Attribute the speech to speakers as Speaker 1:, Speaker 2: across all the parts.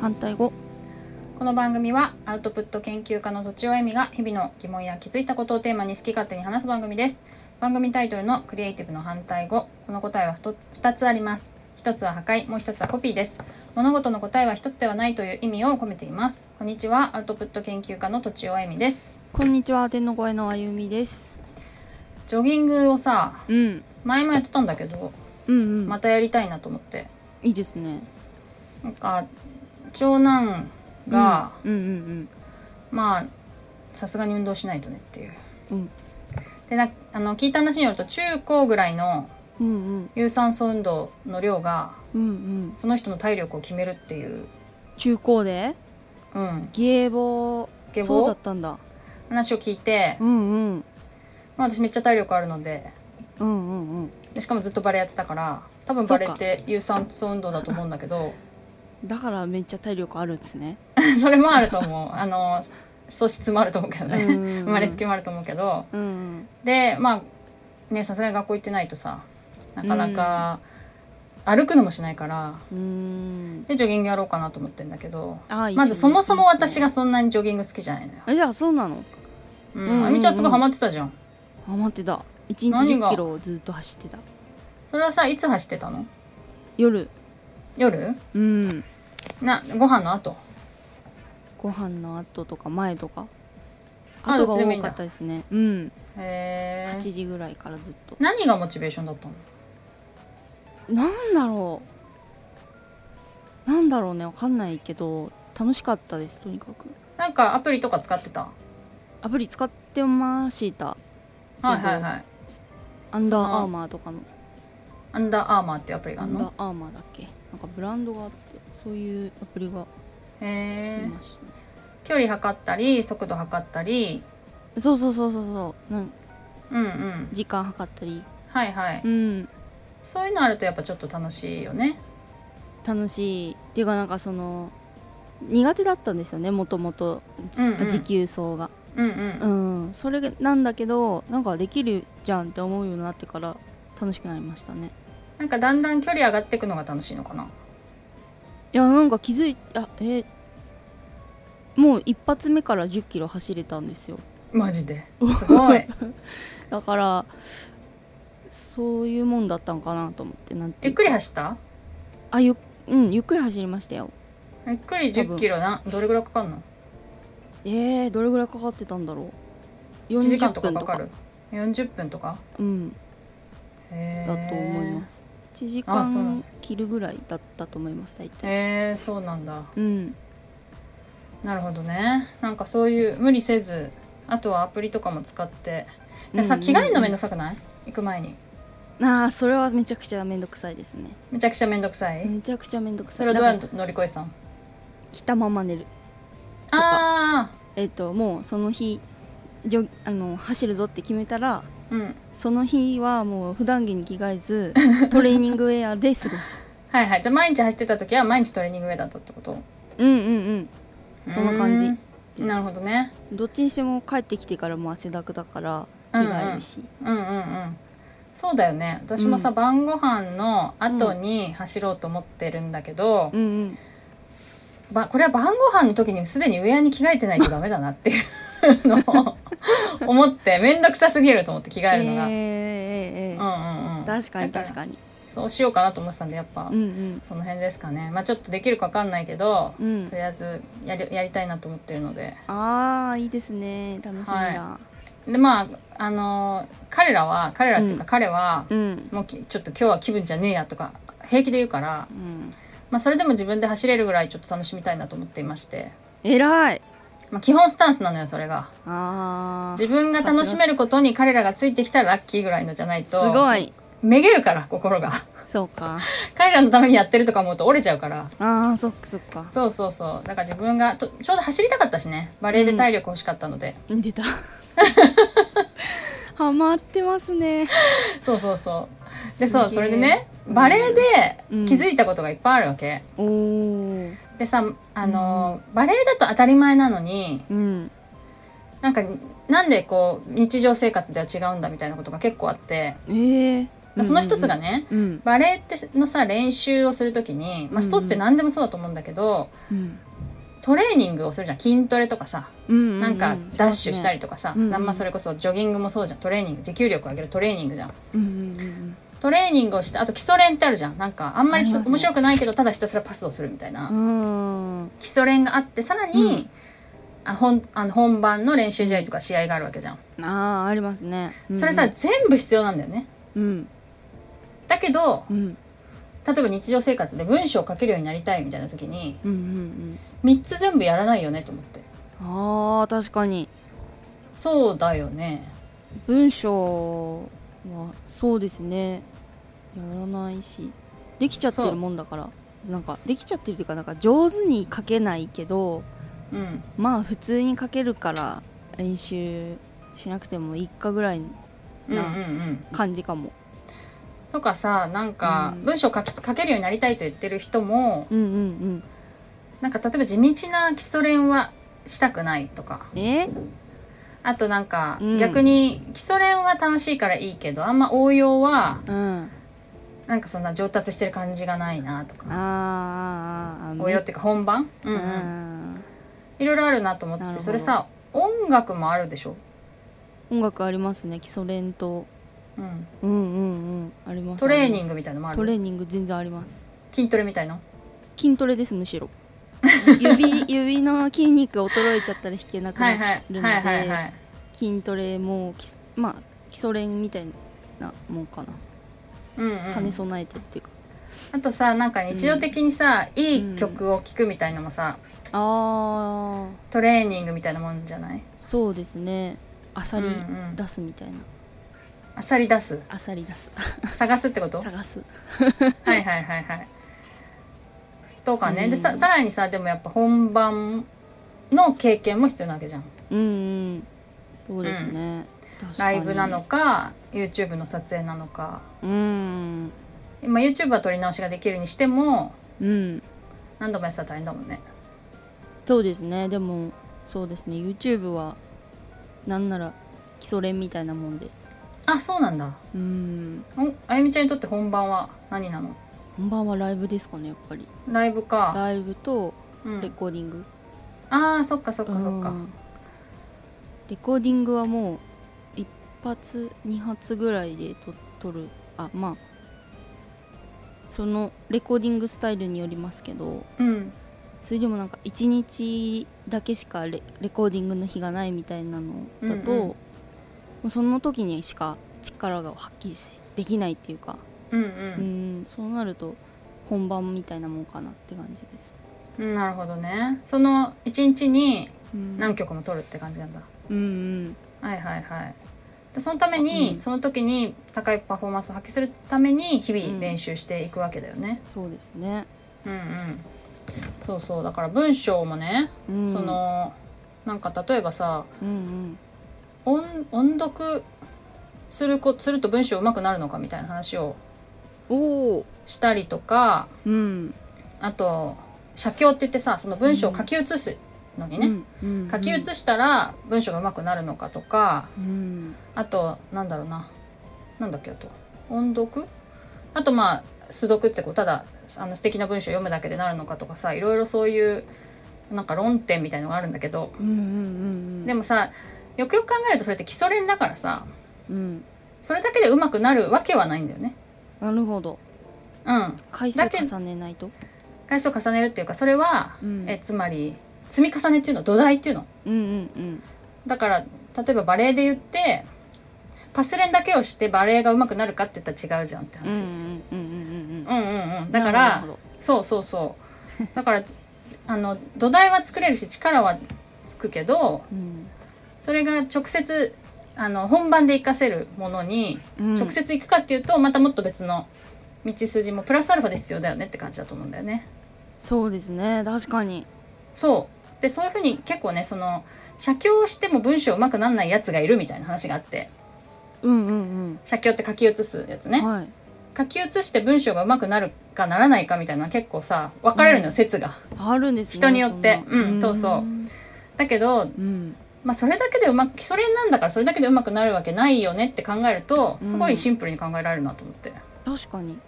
Speaker 1: 反対語
Speaker 2: この番組はアウトプット研究家のとちおえみが日々の疑問や気づいたことをテーマに好き勝手に話す番組です番組タイトルのクリエイティブの反対語この答えは 2, つあります一つは破壊もう一つはコピーです物事の答えは一つではないという意味を込めていますこんにちはアウトプット研究家のとちおえみです
Speaker 1: こんにちは天の声のあゆみです
Speaker 2: ジョギングをさ
Speaker 1: うん
Speaker 2: 前もやってたんだけど
Speaker 1: うんうん、
Speaker 2: またやりたいなと思って
Speaker 1: いいですね
Speaker 2: なんか長男が、
Speaker 1: うんうん
Speaker 2: まあさすがに運動しないとねっていう
Speaker 1: うんうん
Speaker 2: でなあの聞いた話によると中高ぐらいの
Speaker 1: うんうん
Speaker 2: 有酸素運動の量が
Speaker 1: うんうん
Speaker 2: その人の体力を決めるっていう、
Speaker 1: 中高で
Speaker 2: うん、
Speaker 1: ゲーボ
Speaker 2: ゲボ
Speaker 1: そうだったんだ
Speaker 2: 話を聞いて、
Speaker 1: うんうん
Speaker 2: まあ、私めっちゃ体力あるので
Speaker 1: うんうんうん
Speaker 2: でしかもずっとバレエやってたから多分
Speaker 1: そ
Speaker 2: バ
Speaker 1: っか
Speaker 2: レエって有酸素運動だと思うんだけど
Speaker 1: だからめっちゃ体力あるんですね
Speaker 2: それもあると思うあの素質もあると思うけどね、
Speaker 1: うんうんうん
Speaker 2: 生まれつきもあると思うけど
Speaker 1: うんうん
Speaker 2: でまあねさすがに学校行ってないとさなかなか歩くのもしないから
Speaker 1: うーん
Speaker 2: でジョギングやろうかなと思ってんだけど
Speaker 1: あ
Speaker 2: まずそもそも私
Speaker 1: が
Speaker 2: がそんなにジョギング好きじゃないのよ。
Speaker 1: えじゃあそうなの
Speaker 2: う
Speaker 1: うんうんうん
Speaker 2: ん、あゆみちゃんすごいハマってたじゃん。
Speaker 1: あ待ってた1日
Speaker 2: 何
Speaker 1: 1
Speaker 2: が
Speaker 1: 0キロをずっと走ってた
Speaker 2: それはさいつ走ってたの
Speaker 1: 夜
Speaker 2: 夜
Speaker 1: うん
Speaker 2: なご飯の後
Speaker 1: ご飯の後とか前とか
Speaker 2: あ
Speaker 1: 後が
Speaker 2: どっちでもいい
Speaker 1: 多
Speaker 2: んだ
Speaker 1: かったですねうん
Speaker 2: へえ
Speaker 1: 8時ぐらいからずっと
Speaker 2: 何がモチベーションだったの
Speaker 1: なんだろうなんだろうねわかんないけど楽しかったですとにかく
Speaker 2: なんかアプリとか使ってた
Speaker 1: アプリ使ってました
Speaker 2: はいはいはい
Speaker 1: アンダーアーマーとかの
Speaker 2: アンダーアーマーっていうアプリが
Speaker 1: ア
Speaker 2: ある
Speaker 1: ンダー
Speaker 2: の
Speaker 1: アーマーだっけなんかブランドがあってそういうアプリが
Speaker 2: へ
Speaker 1: あり
Speaker 2: え
Speaker 1: ましたね
Speaker 2: 距離測ったり速度測ったり
Speaker 1: そうそうそうそうそうなん
Speaker 2: うんうん
Speaker 1: 時間計ったり
Speaker 2: はいはい
Speaker 1: うん
Speaker 2: そういうのあるとやっぱちょっと楽しいよね
Speaker 1: 楽しいっていうかなんかその苦手だったんですよねもともと
Speaker 2: うんうん
Speaker 1: 持久走
Speaker 2: う
Speaker 1: が、
Speaker 2: んう
Speaker 1: うんんそれなんだけどなんかできるじゃんって思うようになってから楽しくなりましたね
Speaker 2: なんかだんだん距離上がっていくのが楽しいのかない
Speaker 1: やなんか気づいあえーもう一発目から1 0キロ走れたんですよ
Speaker 2: マジですごい
Speaker 1: だからそういうもんだったんかなと思ってなんて
Speaker 2: ゆ
Speaker 1: い
Speaker 2: っ
Speaker 1: うか
Speaker 2: くり走った
Speaker 1: あゆうんゆっくり走りましたよ
Speaker 2: ゆっくり
Speaker 1: 多
Speaker 2: 1
Speaker 1: 分
Speaker 2: 0キロなどれぐらいかかるの
Speaker 1: えー、どれぐらいかかってたんだろう
Speaker 2: 1
Speaker 1: 40
Speaker 2: 時間とか
Speaker 1: 分
Speaker 2: か
Speaker 1: とか
Speaker 2: かる40分とか
Speaker 1: うん
Speaker 2: へ
Speaker 1: だ
Speaker 2: ー
Speaker 1: と思います1時
Speaker 2: あそうなん
Speaker 1: 間
Speaker 2: だ
Speaker 1: 切るぐらいだったと思います大体
Speaker 2: へえそうなんだ
Speaker 1: うん
Speaker 2: なるほどねなんかそういう無理せずあとはアプリとかも使ってでさ
Speaker 1: うん
Speaker 2: 着替えるのめんどくさくない行く前に
Speaker 1: ああそれはめちゃくちゃめんどくさいですね
Speaker 2: めちゃくちゃめんどくさい
Speaker 1: めちゃくちゃめんどくさい
Speaker 2: それはどうや
Speaker 1: だか
Speaker 2: って乗り越えたん
Speaker 1: ら着たまま寝る
Speaker 2: あ
Speaker 1: えっ、ともうその日ジョあの走るぞって決めたら
Speaker 2: あーうん
Speaker 1: その日はもう普段着に着替 えずトレーニングウェアで過ごす
Speaker 2: はいはいじゃあ毎日走ってた時は毎日トレーニングウェアだったってこと
Speaker 1: うんうんうんそんな感じ
Speaker 2: うーん
Speaker 1: で す
Speaker 2: なるほどね
Speaker 1: どっちにしても帰ってきてからもう汗だくだから着替えるし、
Speaker 2: うんうんうんそうだよね私もさ、
Speaker 1: うん
Speaker 2: 晩ご飯の後に走ろうと思ってるんだけど、
Speaker 1: うんうん
Speaker 2: ばこれは晩ご飯の時にすでにウェアに着替えてないとダメだなっていうの を思って面倒くさすぎると思って着替えるのが、
Speaker 1: えーえーえー
Speaker 2: うんうんうん
Speaker 1: 確かに
Speaker 2: だら
Speaker 1: 確かに
Speaker 2: そうしようかなと思ってたんでやっぱ、
Speaker 1: うん
Speaker 2: その辺ですかねまあちょっとできるかわかんないけど、
Speaker 1: うんうん
Speaker 2: とりあえずやりやりたいなと思ってるので
Speaker 1: ああいいですね楽しみだ、
Speaker 2: はでまああのー彼らは彼らっていうか
Speaker 1: う
Speaker 2: 彼は、
Speaker 1: うん
Speaker 2: もうきちょっと今日は気分じゃねえやとか平気で言うから、
Speaker 1: うん
Speaker 2: まあ、それでも自分で走れるぐらいちょっと楽しみたいなと思っていまして、
Speaker 1: 偉い
Speaker 2: まあ、基本スタンスなのよそれが。
Speaker 1: あー
Speaker 2: 自分が楽しめることに彼らがついてきたらラッキーぐらいのじゃない
Speaker 1: す
Speaker 2: と
Speaker 1: ごい
Speaker 2: めげるから心が
Speaker 1: そうか
Speaker 2: 彼らのためにやってるとか思うと折れちゃうから
Speaker 1: ああそっかそっか
Speaker 2: そうそうそうだから自分がとちょうど走りたかったしねバレエで体力欲しかったので、
Speaker 1: 出た ハマってますね
Speaker 2: そうそうそうです
Speaker 1: げえ
Speaker 2: そうそれでねバレエで
Speaker 1: うん
Speaker 2: 気づいたことがいっぱいあるわけ、
Speaker 1: おお
Speaker 2: でさあのー、バレエだと当たり前なのに
Speaker 1: うん
Speaker 2: なんかなんでこう日常生活では違うんだみたいなことが結構あって
Speaker 1: ええうんうん
Speaker 2: その一つがね
Speaker 1: うん
Speaker 2: バレエってのさ練習をするときに、まあ、スポーツって何でもそうだと思うんだけど、
Speaker 1: うん
Speaker 2: トレーニングをするじゃん筋トレとかさ
Speaker 1: うん
Speaker 2: なんかダッシュした
Speaker 1: り
Speaker 2: りとかさ、
Speaker 1: うんうん
Speaker 2: なんまそれこそジョギングもそうじゃんトレーニング持久力を上げるトレーニングじゃん
Speaker 1: うんうんうん
Speaker 2: トレーニングをしてあと基礎練ってあるじゃんなんかあんまりつ
Speaker 1: ありますね
Speaker 2: 面白くないけどただひたすらパスをするみたいな、
Speaker 1: うんうん
Speaker 2: 基礎練があってさらに、あ本あの本番の練習試合とか試合があるわけじゃん、
Speaker 1: ああありますね
Speaker 2: それさ全部必要なんだよね
Speaker 1: うん
Speaker 2: だけど
Speaker 1: うん
Speaker 2: 例えば日常生活で文章を書けるようになりたいみたいな時に
Speaker 1: うんうんうん
Speaker 2: 3つ全部やらないよねと思って
Speaker 1: あー確かに
Speaker 2: そうだよね
Speaker 1: 文章はそうですねやらないしできちゃってるもんだからなんかできちゃってるというかなんか上手に書けないけど
Speaker 2: うん
Speaker 1: まあ普通に書けるから練習しなくてもいいかぐらいの
Speaker 2: うんうんう
Speaker 1: なん感じかも、
Speaker 2: とかさなんか
Speaker 1: うん
Speaker 2: 文章書き書けるようになりたいと言ってる人も
Speaker 1: うん、うん
Speaker 2: なんか例えば地道な基礎練はしたくないとか
Speaker 1: うんえ
Speaker 2: あとなんか
Speaker 1: うん
Speaker 2: 逆に基礎練は楽しいからいいけどあんま応用は
Speaker 1: うん
Speaker 2: なんかそんな上達してる感じがないなとか
Speaker 1: あーあーあー
Speaker 2: 応用っていうか本番う
Speaker 1: うんん、
Speaker 2: うんいろいろあるなと思
Speaker 1: な
Speaker 2: っ
Speaker 1: るほ
Speaker 2: て
Speaker 1: ど
Speaker 2: それさ音楽もあるでしょ、
Speaker 1: 音楽ありますね基礎練と
Speaker 2: うん、
Speaker 1: うんうんうんあります
Speaker 2: トレーニン
Speaker 1: グ
Speaker 2: グみたいのもあ
Speaker 1: トレー
Speaker 2: る
Speaker 1: ニング全然あります
Speaker 2: 筋トレみたいの
Speaker 1: 筋トレですむし ろ指指の筋肉衰えちゃったら弾けなく
Speaker 2: はい
Speaker 1: な
Speaker 2: はい
Speaker 1: るので、
Speaker 2: はいはいはい
Speaker 1: 筋トレもきまあ基礎練みたいなもんかな
Speaker 2: うんう
Speaker 1: 兼ね
Speaker 2: ん、
Speaker 1: 備えてっていうか、
Speaker 2: あとさなんか日常的にさ、いい曲を聴くみたいのもさ
Speaker 1: ああ
Speaker 2: トレーニングみたいなもんじゃない
Speaker 1: そうですねあさり
Speaker 2: うんうん
Speaker 1: 出すみたいな、
Speaker 2: あさり出 す
Speaker 1: あさり出す
Speaker 2: 探すってこと
Speaker 1: 探す
Speaker 2: はいはいはいはい。とかね、
Speaker 1: うん
Speaker 2: でささらにさでもやっぱ本番の経験も必要なわけじゃん
Speaker 1: うんうんそうですね、確か
Speaker 2: ラ
Speaker 1: に
Speaker 2: イブなのか YouTube の撮影なのか
Speaker 1: うん
Speaker 2: 今 YouTube は撮り直しができるにしても
Speaker 1: うん
Speaker 2: 何度もやってたら大変だもんね
Speaker 1: そうですねでもそうですね YouTube はなんなら基礎練みたいなもんで
Speaker 2: あそうなんだ
Speaker 1: うん
Speaker 2: おあゆみちゃんにとって本番は何なの
Speaker 1: 本番はライブですかねやっぱり
Speaker 2: ライブか、
Speaker 1: ライブと
Speaker 2: う
Speaker 1: レ
Speaker 2: ん、
Speaker 1: コーディング、
Speaker 2: あーそっかそっかそっ
Speaker 1: う
Speaker 2: か
Speaker 1: んレコーディングはもう一発二発ぐらいでと撮るあまあそのレコーディングスタイルによりますけど
Speaker 2: うん
Speaker 1: それでもなんか1日だけしかレレコーディングの日がないみたいなのだと、
Speaker 2: うんうん
Speaker 1: もうその時にしか力が発揮しできないっていうか、
Speaker 2: うんう
Speaker 1: うんんそうなると本番みたいなもんかなって感じです。
Speaker 2: うんなるほどねその1日に
Speaker 1: うん
Speaker 2: 何曲も撮るって感じなんだ
Speaker 1: うんうん
Speaker 2: はいはいはいでそのために、
Speaker 1: うん
Speaker 2: その時に高いパフォーマンスを発揮するために日
Speaker 1: う
Speaker 2: 々
Speaker 1: ん
Speaker 2: 練習していくわけだよね、
Speaker 1: そうですね、
Speaker 2: うん、うんそうそうだから文章もね、
Speaker 1: うん、
Speaker 2: そのなんか例えばさ
Speaker 1: うんうん
Speaker 2: 音音読するこすると文章うまくなるのかみたいな話を
Speaker 1: おお
Speaker 2: したりとか
Speaker 1: うん
Speaker 2: あと写経って言ってさその文章を書き写すのにね、
Speaker 1: うんうん、
Speaker 2: 書き写したら文章がうまくなるのかとか、
Speaker 1: うん
Speaker 2: あとなんだろうななんだっけあと音読あとまあ素読ってこうただあの素敵な文章を読むだけでなるのかとかさいろいろそういうなんか論点みたいのがあるんだけど
Speaker 1: うんうんうん
Speaker 2: で
Speaker 1: も
Speaker 2: もさよくよく考えるとそれって基礎練だからさ
Speaker 1: うん
Speaker 2: それだけでうまくなるわけはないんだよね。
Speaker 1: なるほど
Speaker 2: うん、
Speaker 1: 回数
Speaker 2: だけ
Speaker 1: 重ねないと
Speaker 2: 回数を重ねるっていうかそれは、
Speaker 1: うん
Speaker 2: えつまり積み重ねっていうの土台っていうの
Speaker 1: うんうん
Speaker 2: だから例えばバレエで言ってパス練だけをしてバレエがうまくなるかって言ったら違うじゃんって
Speaker 1: うんうんう
Speaker 2: 話、
Speaker 1: んうんうんうん
Speaker 2: うんうんうんだからそうそう そうだからあの土台は作れるし力はつくけど
Speaker 1: うん
Speaker 2: それが直接あの本番で活かせるものに
Speaker 1: うん
Speaker 2: 直接行くかっていうと、またもっと別の道筋もプラスアルファで必要だよねって感じだと思うんだよね。
Speaker 1: そうですね確かに
Speaker 2: そうでそういうふうに結構ねその写経をしても文章うまくなんないやつがいるみたいな話があって
Speaker 1: うんうん
Speaker 2: 写経って書き写すやつ
Speaker 1: う
Speaker 2: ね、
Speaker 1: んはい
Speaker 2: 書き写して文章がうまくなるかならないかみたいなのは結構さ分かれるのよ、
Speaker 1: うん
Speaker 2: 説が。
Speaker 1: あるんですね
Speaker 2: 人によって
Speaker 1: そんな
Speaker 2: うんそうそうだけど
Speaker 1: うん
Speaker 2: まあ、それだけでうまく基礎練なんだからそれだけでうまくなるわけないよねって考えるとすごいシンプルに考えられるなと思って、
Speaker 1: 確かに、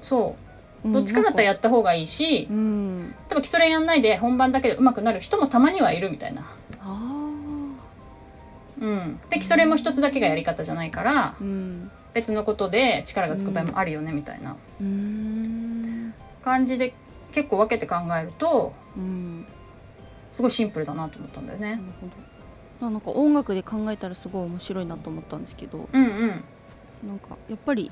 Speaker 2: そ
Speaker 1: うん
Speaker 2: うどっちかだったら
Speaker 1: な
Speaker 2: や
Speaker 1: ん
Speaker 2: った方がいいし、
Speaker 1: かうん
Speaker 2: 例えば基礎練やんないで本番だけでうまくなる人もたまにはいるみたいな、
Speaker 1: あ
Speaker 2: うん、で基礎練も一つだけがやり方じゃないから
Speaker 1: あうん
Speaker 2: 別のことで力がつく場合もあるよねみたいな
Speaker 1: うーん
Speaker 2: 感じで結構分けて考えると
Speaker 1: うん
Speaker 2: すごいシンプルだなと思ったんだよ
Speaker 1: な
Speaker 2: ね
Speaker 1: る。ほどなんか音楽で考えたらすごい面白いなと思ったんですけど
Speaker 2: うんうん
Speaker 1: なんかやっぱり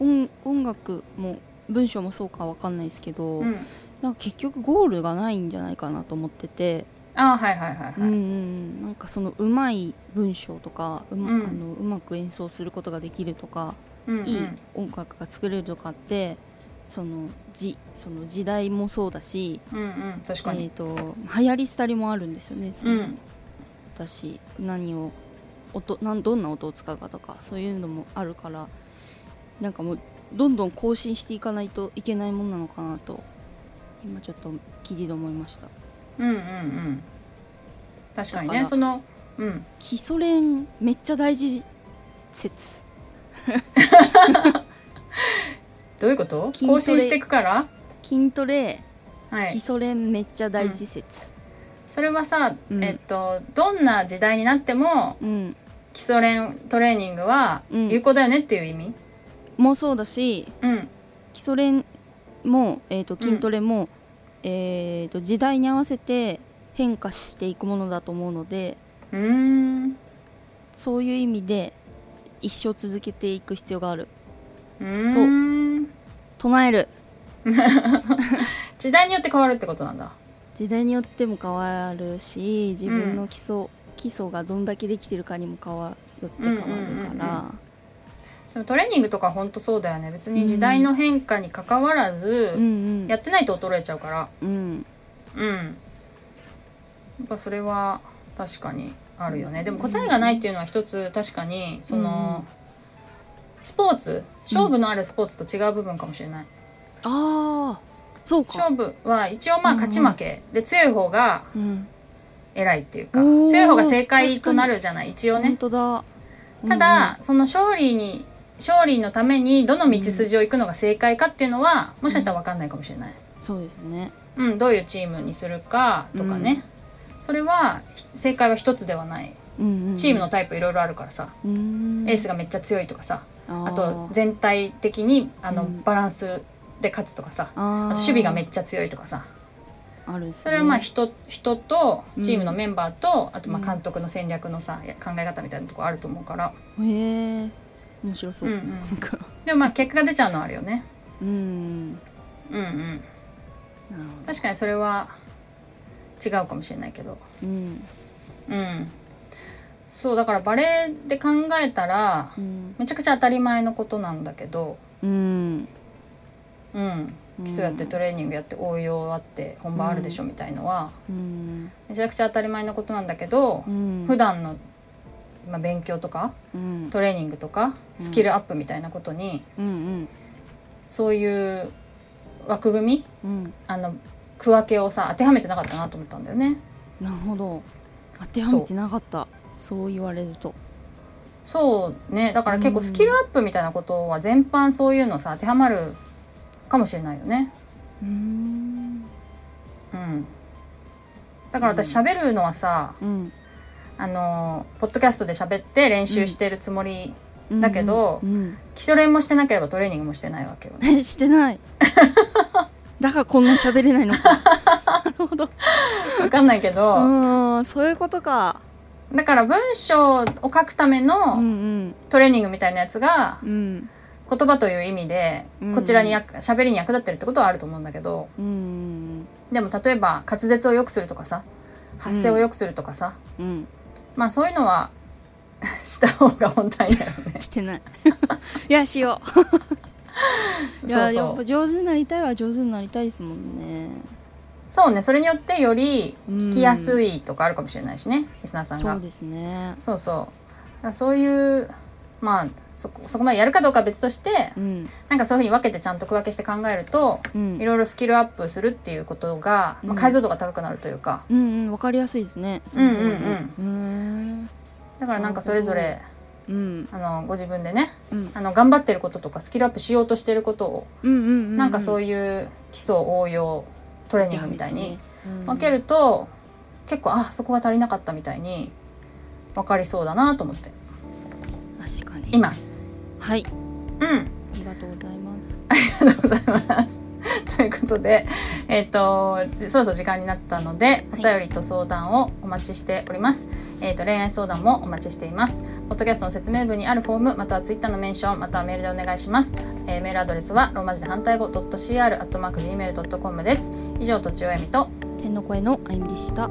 Speaker 1: 音音楽も文章もそうかわかんないですけど、
Speaker 2: うん、
Speaker 1: なんか結局ゴールがないんじゃないかなと思ってて、
Speaker 2: ああはいはいはいはい。
Speaker 1: うんうんうん、なんかそのうまい文章とかうま,、
Speaker 2: うん
Speaker 1: あのうまく演奏することができるとか、
Speaker 2: うんうん
Speaker 1: いい音楽が作れるとかってそのじその時代もそうだし、
Speaker 2: うんうん、確
Speaker 1: え
Speaker 2: か
Speaker 1: ー、
Speaker 2: に。
Speaker 1: と流行り廃りもあるんですよね。その
Speaker 2: うん
Speaker 1: だし何を音なんどんな音を使うかとかそういうのもあるからなんかもうどんどん更新していかないといけないもんなのかなと今ちょっと聞いて思いました
Speaker 2: うんうんうん。確かに
Speaker 1: だか
Speaker 2: ね、
Speaker 1: ら
Speaker 2: その、うん、
Speaker 1: 基礎練めっちゃ大事説
Speaker 2: どういうこと
Speaker 1: 筋トレ
Speaker 2: 更新していくから
Speaker 1: 筋トレ
Speaker 2: は
Speaker 1: 基
Speaker 2: い。
Speaker 1: 礎練めっちゃ大事説
Speaker 2: それはさ、
Speaker 1: うん
Speaker 2: えっと、どんな時代になっても
Speaker 1: うん、
Speaker 2: 基礎練トレーニングは
Speaker 1: うん
Speaker 2: 有効だよねっていう意味
Speaker 1: もうそうだし
Speaker 2: うん
Speaker 1: 基礎練も、えー、と
Speaker 2: ん
Speaker 1: 筋トレも、えー、と時代に合わせて変化していくものだと思うので
Speaker 2: うーんう
Speaker 1: そういう意味で一生続けていく必要がある
Speaker 2: ーん
Speaker 1: 唱える
Speaker 2: 時代によって変わるってことなんだ
Speaker 1: 時代によっても変わるし自分の基礎、基礎がどんだけできてるかにも変わよって変わるから、
Speaker 2: うんうんうんでもトレーニングとかほんとそうだよね別に時代の変化に関わら
Speaker 1: う
Speaker 2: ず、
Speaker 1: ん
Speaker 2: やってないと衰えちゃうから
Speaker 1: うんうん
Speaker 2: うんやっぱそれは確かにあるよねでも答えがないっていうのは一つ確かにその、スポーツ勝負のあるスポーツと違う部分かもしれない
Speaker 1: ああそうか、
Speaker 2: 勝負は一応まあ勝ち負けで強い方が
Speaker 1: うん、
Speaker 2: 偉いっていうか
Speaker 1: おー
Speaker 2: 強い方が正解となるじゃない一応
Speaker 1: 本
Speaker 2: ね
Speaker 1: 当だ
Speaker 2: ただ、その勝利に勝利のためにどの道筋を行くのが正解かっていうのはもしかしたら分かんないかもしれない、
Speaker 1: うんそうですね
Speaker 2: うん、どういうチームにするかとかね、それはひ正解は一つではない
Speaker 1: うんうん
Speaker 2: チームのタイプいろいろあるからさ、
Speaker 1: うん
Speaker 2: エースがめっちゃ強いとかさ、
Speaker 1: あ
Speaker 2: あと
Speaker 1: ー
Speaker 2: 全体的にあの、
Speaker 1: うん
Speaker 2: バランスで勝つとかさ
Speaker 1: あ
Speaker 2: あと
Speaker 1: ー
Speaker 2: 守備がめっちゃ強いとかさ
Speaker 1: あるんですね
Speaker 2: それはまあ人人とチームの
Speaker 1: うん
Speaker 2: メンバーと、あとまあ
Speaker 1: うん
Speaker 2: 監督の戦略のさ考え方みたいなとこあると思うから、
Speaker 1: へえ面白そう、
Speaker 2: うんうん
Speaker 1: なんか
Speaker 2: でもまあ結果が出ちゃうのはあるよね
Speaker 1: うんなる
Speaker 2: うんうん
Speaker 1: ほど
Speaker 2: 確かにそれは違うかもしれないけど
Speaker 1: うん
Speaker 2: うんそうだからバレエで考えたら
Speaker 1: うん
Speaker 2: めちゃくちゃ当たり前のことなんだけど
Speaker 1: うん
Speaker 2: うん基礎やってトレーニングやって応用あって本番あるでしょみたいのは
Speaker 1: うん
Speaker 2: めちゃくちゃ当たり前のことなんだけど
Speaker 1: うん
Speaker 2: 普段の、まあ、勉強とか
Speaker 1: うん
Speaker 2: トレーニングとか
Speaker 1: うん
Speaker 2: スキルアップみたいなことに
Speaker 1: うん
Speaker 2: そういう枠組み
Speaker 1: うんうん
Speaker 2: あの区分けをさ当てはめてなかったなと思ったんだよね。
Speaker 1: なるほど当てはめてなかったそう言われると
Speaker 2: そうねだから結構スキルアップみたいなことは全般そういうのさ当てはまるかもしれないよね
Speaker 1: うん
Speaker 2: うんだから私喋るのはさ、
Speaker 1: うん
Speaker 2: あのポッドキャストで喋って練習してるつもり、
Speaker 1: うん
Speaker 2: だけど
Speaker 1: うん
Speaker 2: 基礎練もしてなければトレーニングもしてないわけよね
Speaker 1: え してない だからこんな喋れないのか
Speaker 2: 分かんないけど、
Speaker 1: うんそういうことか
Speaker 2: だから文章を書くため
Speaker 1: う
Speaker 2: の
Speaker 1: ん
Speaker 2: トレーニングみたいなやつが
Speaker 1: うんうん
Speaker 2: 言葉という意味で
Speaker 1: うん
Speaker 2: こちらに役喋りに役立ってるってことはあると思うんだけど
Speaker 1: うん
Speaker 2: でも例えば滑舌を良くするとかさ発声を良くするとかさ、
Speaker 1: うん
Speaker 2: まあそういうのは した方が本体だよね
Speaker 1: し てないいやしよういや
Speaker 2: そ
Speaker 1: や
Speaker 2: う
Speaker 1: っ
Speaker 2: そ
Speaker 1: ぱ
Speaker 2: う
Speaker 1: 上手になりたいは上手になりたいですもんね
Speaker 2: そうねそれによってより
Speaker 1: うん
Speaker 2: 聞きやすいとかあるかもしれないしねリスナーさん
Speaker 1: そう
Speaker 2: が
Speaker 1: ですね
Speaker 2: そうそうだからそういう、まあそこそこまでやるかどうかは別として
Speaker 1: うん
Speaker 2: なんかそういうふうに分けてちゃんと区分けして考えると
Speaker 1: うん
Speaker 2: いろいろスキルアップするっていうことが、ま
Speaker 1: うん
Speaker 2: あ、解像度が高くなるというか、
Speaker 1: うんうんわかりやすいですねその方がねうん
Speaker 2: だからなんかそれぞれ
Speaker 1: うん
Speaker 2: あのご自分でね
Speaker 1: うん
Speaker 2: あの頑張ってることとかスキルアップしようとしてることを、
Speaker 1: うんうん
Speaker 2: なんかそう
Speaker 1: いう
Speaker 2: いう基礎応用トレーニングみたいに分けると、結構あそこが足りなかったみたいに分かりそうだなと思って
Speaker 1: 確かに
Speaker 2: います。
Speaker 1: はい
Speaker 2: うん
Speaker 1: ありがとうございます
Speaker 2: ありがとうございます。ということで、えっ、と、じそろそろ時間になったので、お
Speaker 1: はい
Speaker 2: 便りと相談をお待ちしております。えっ、と、恋愛相談もお待ちしています。ポッドキャストの説明文にあるフォーム、またはツイッターのメンション、またはメールでお願いします。えーメールアドレスは、ローマ字で反対語 .cr、アットマーク gmail.com です。以上、とちおえみと、
Speaker 1: 天の声のあゆみでした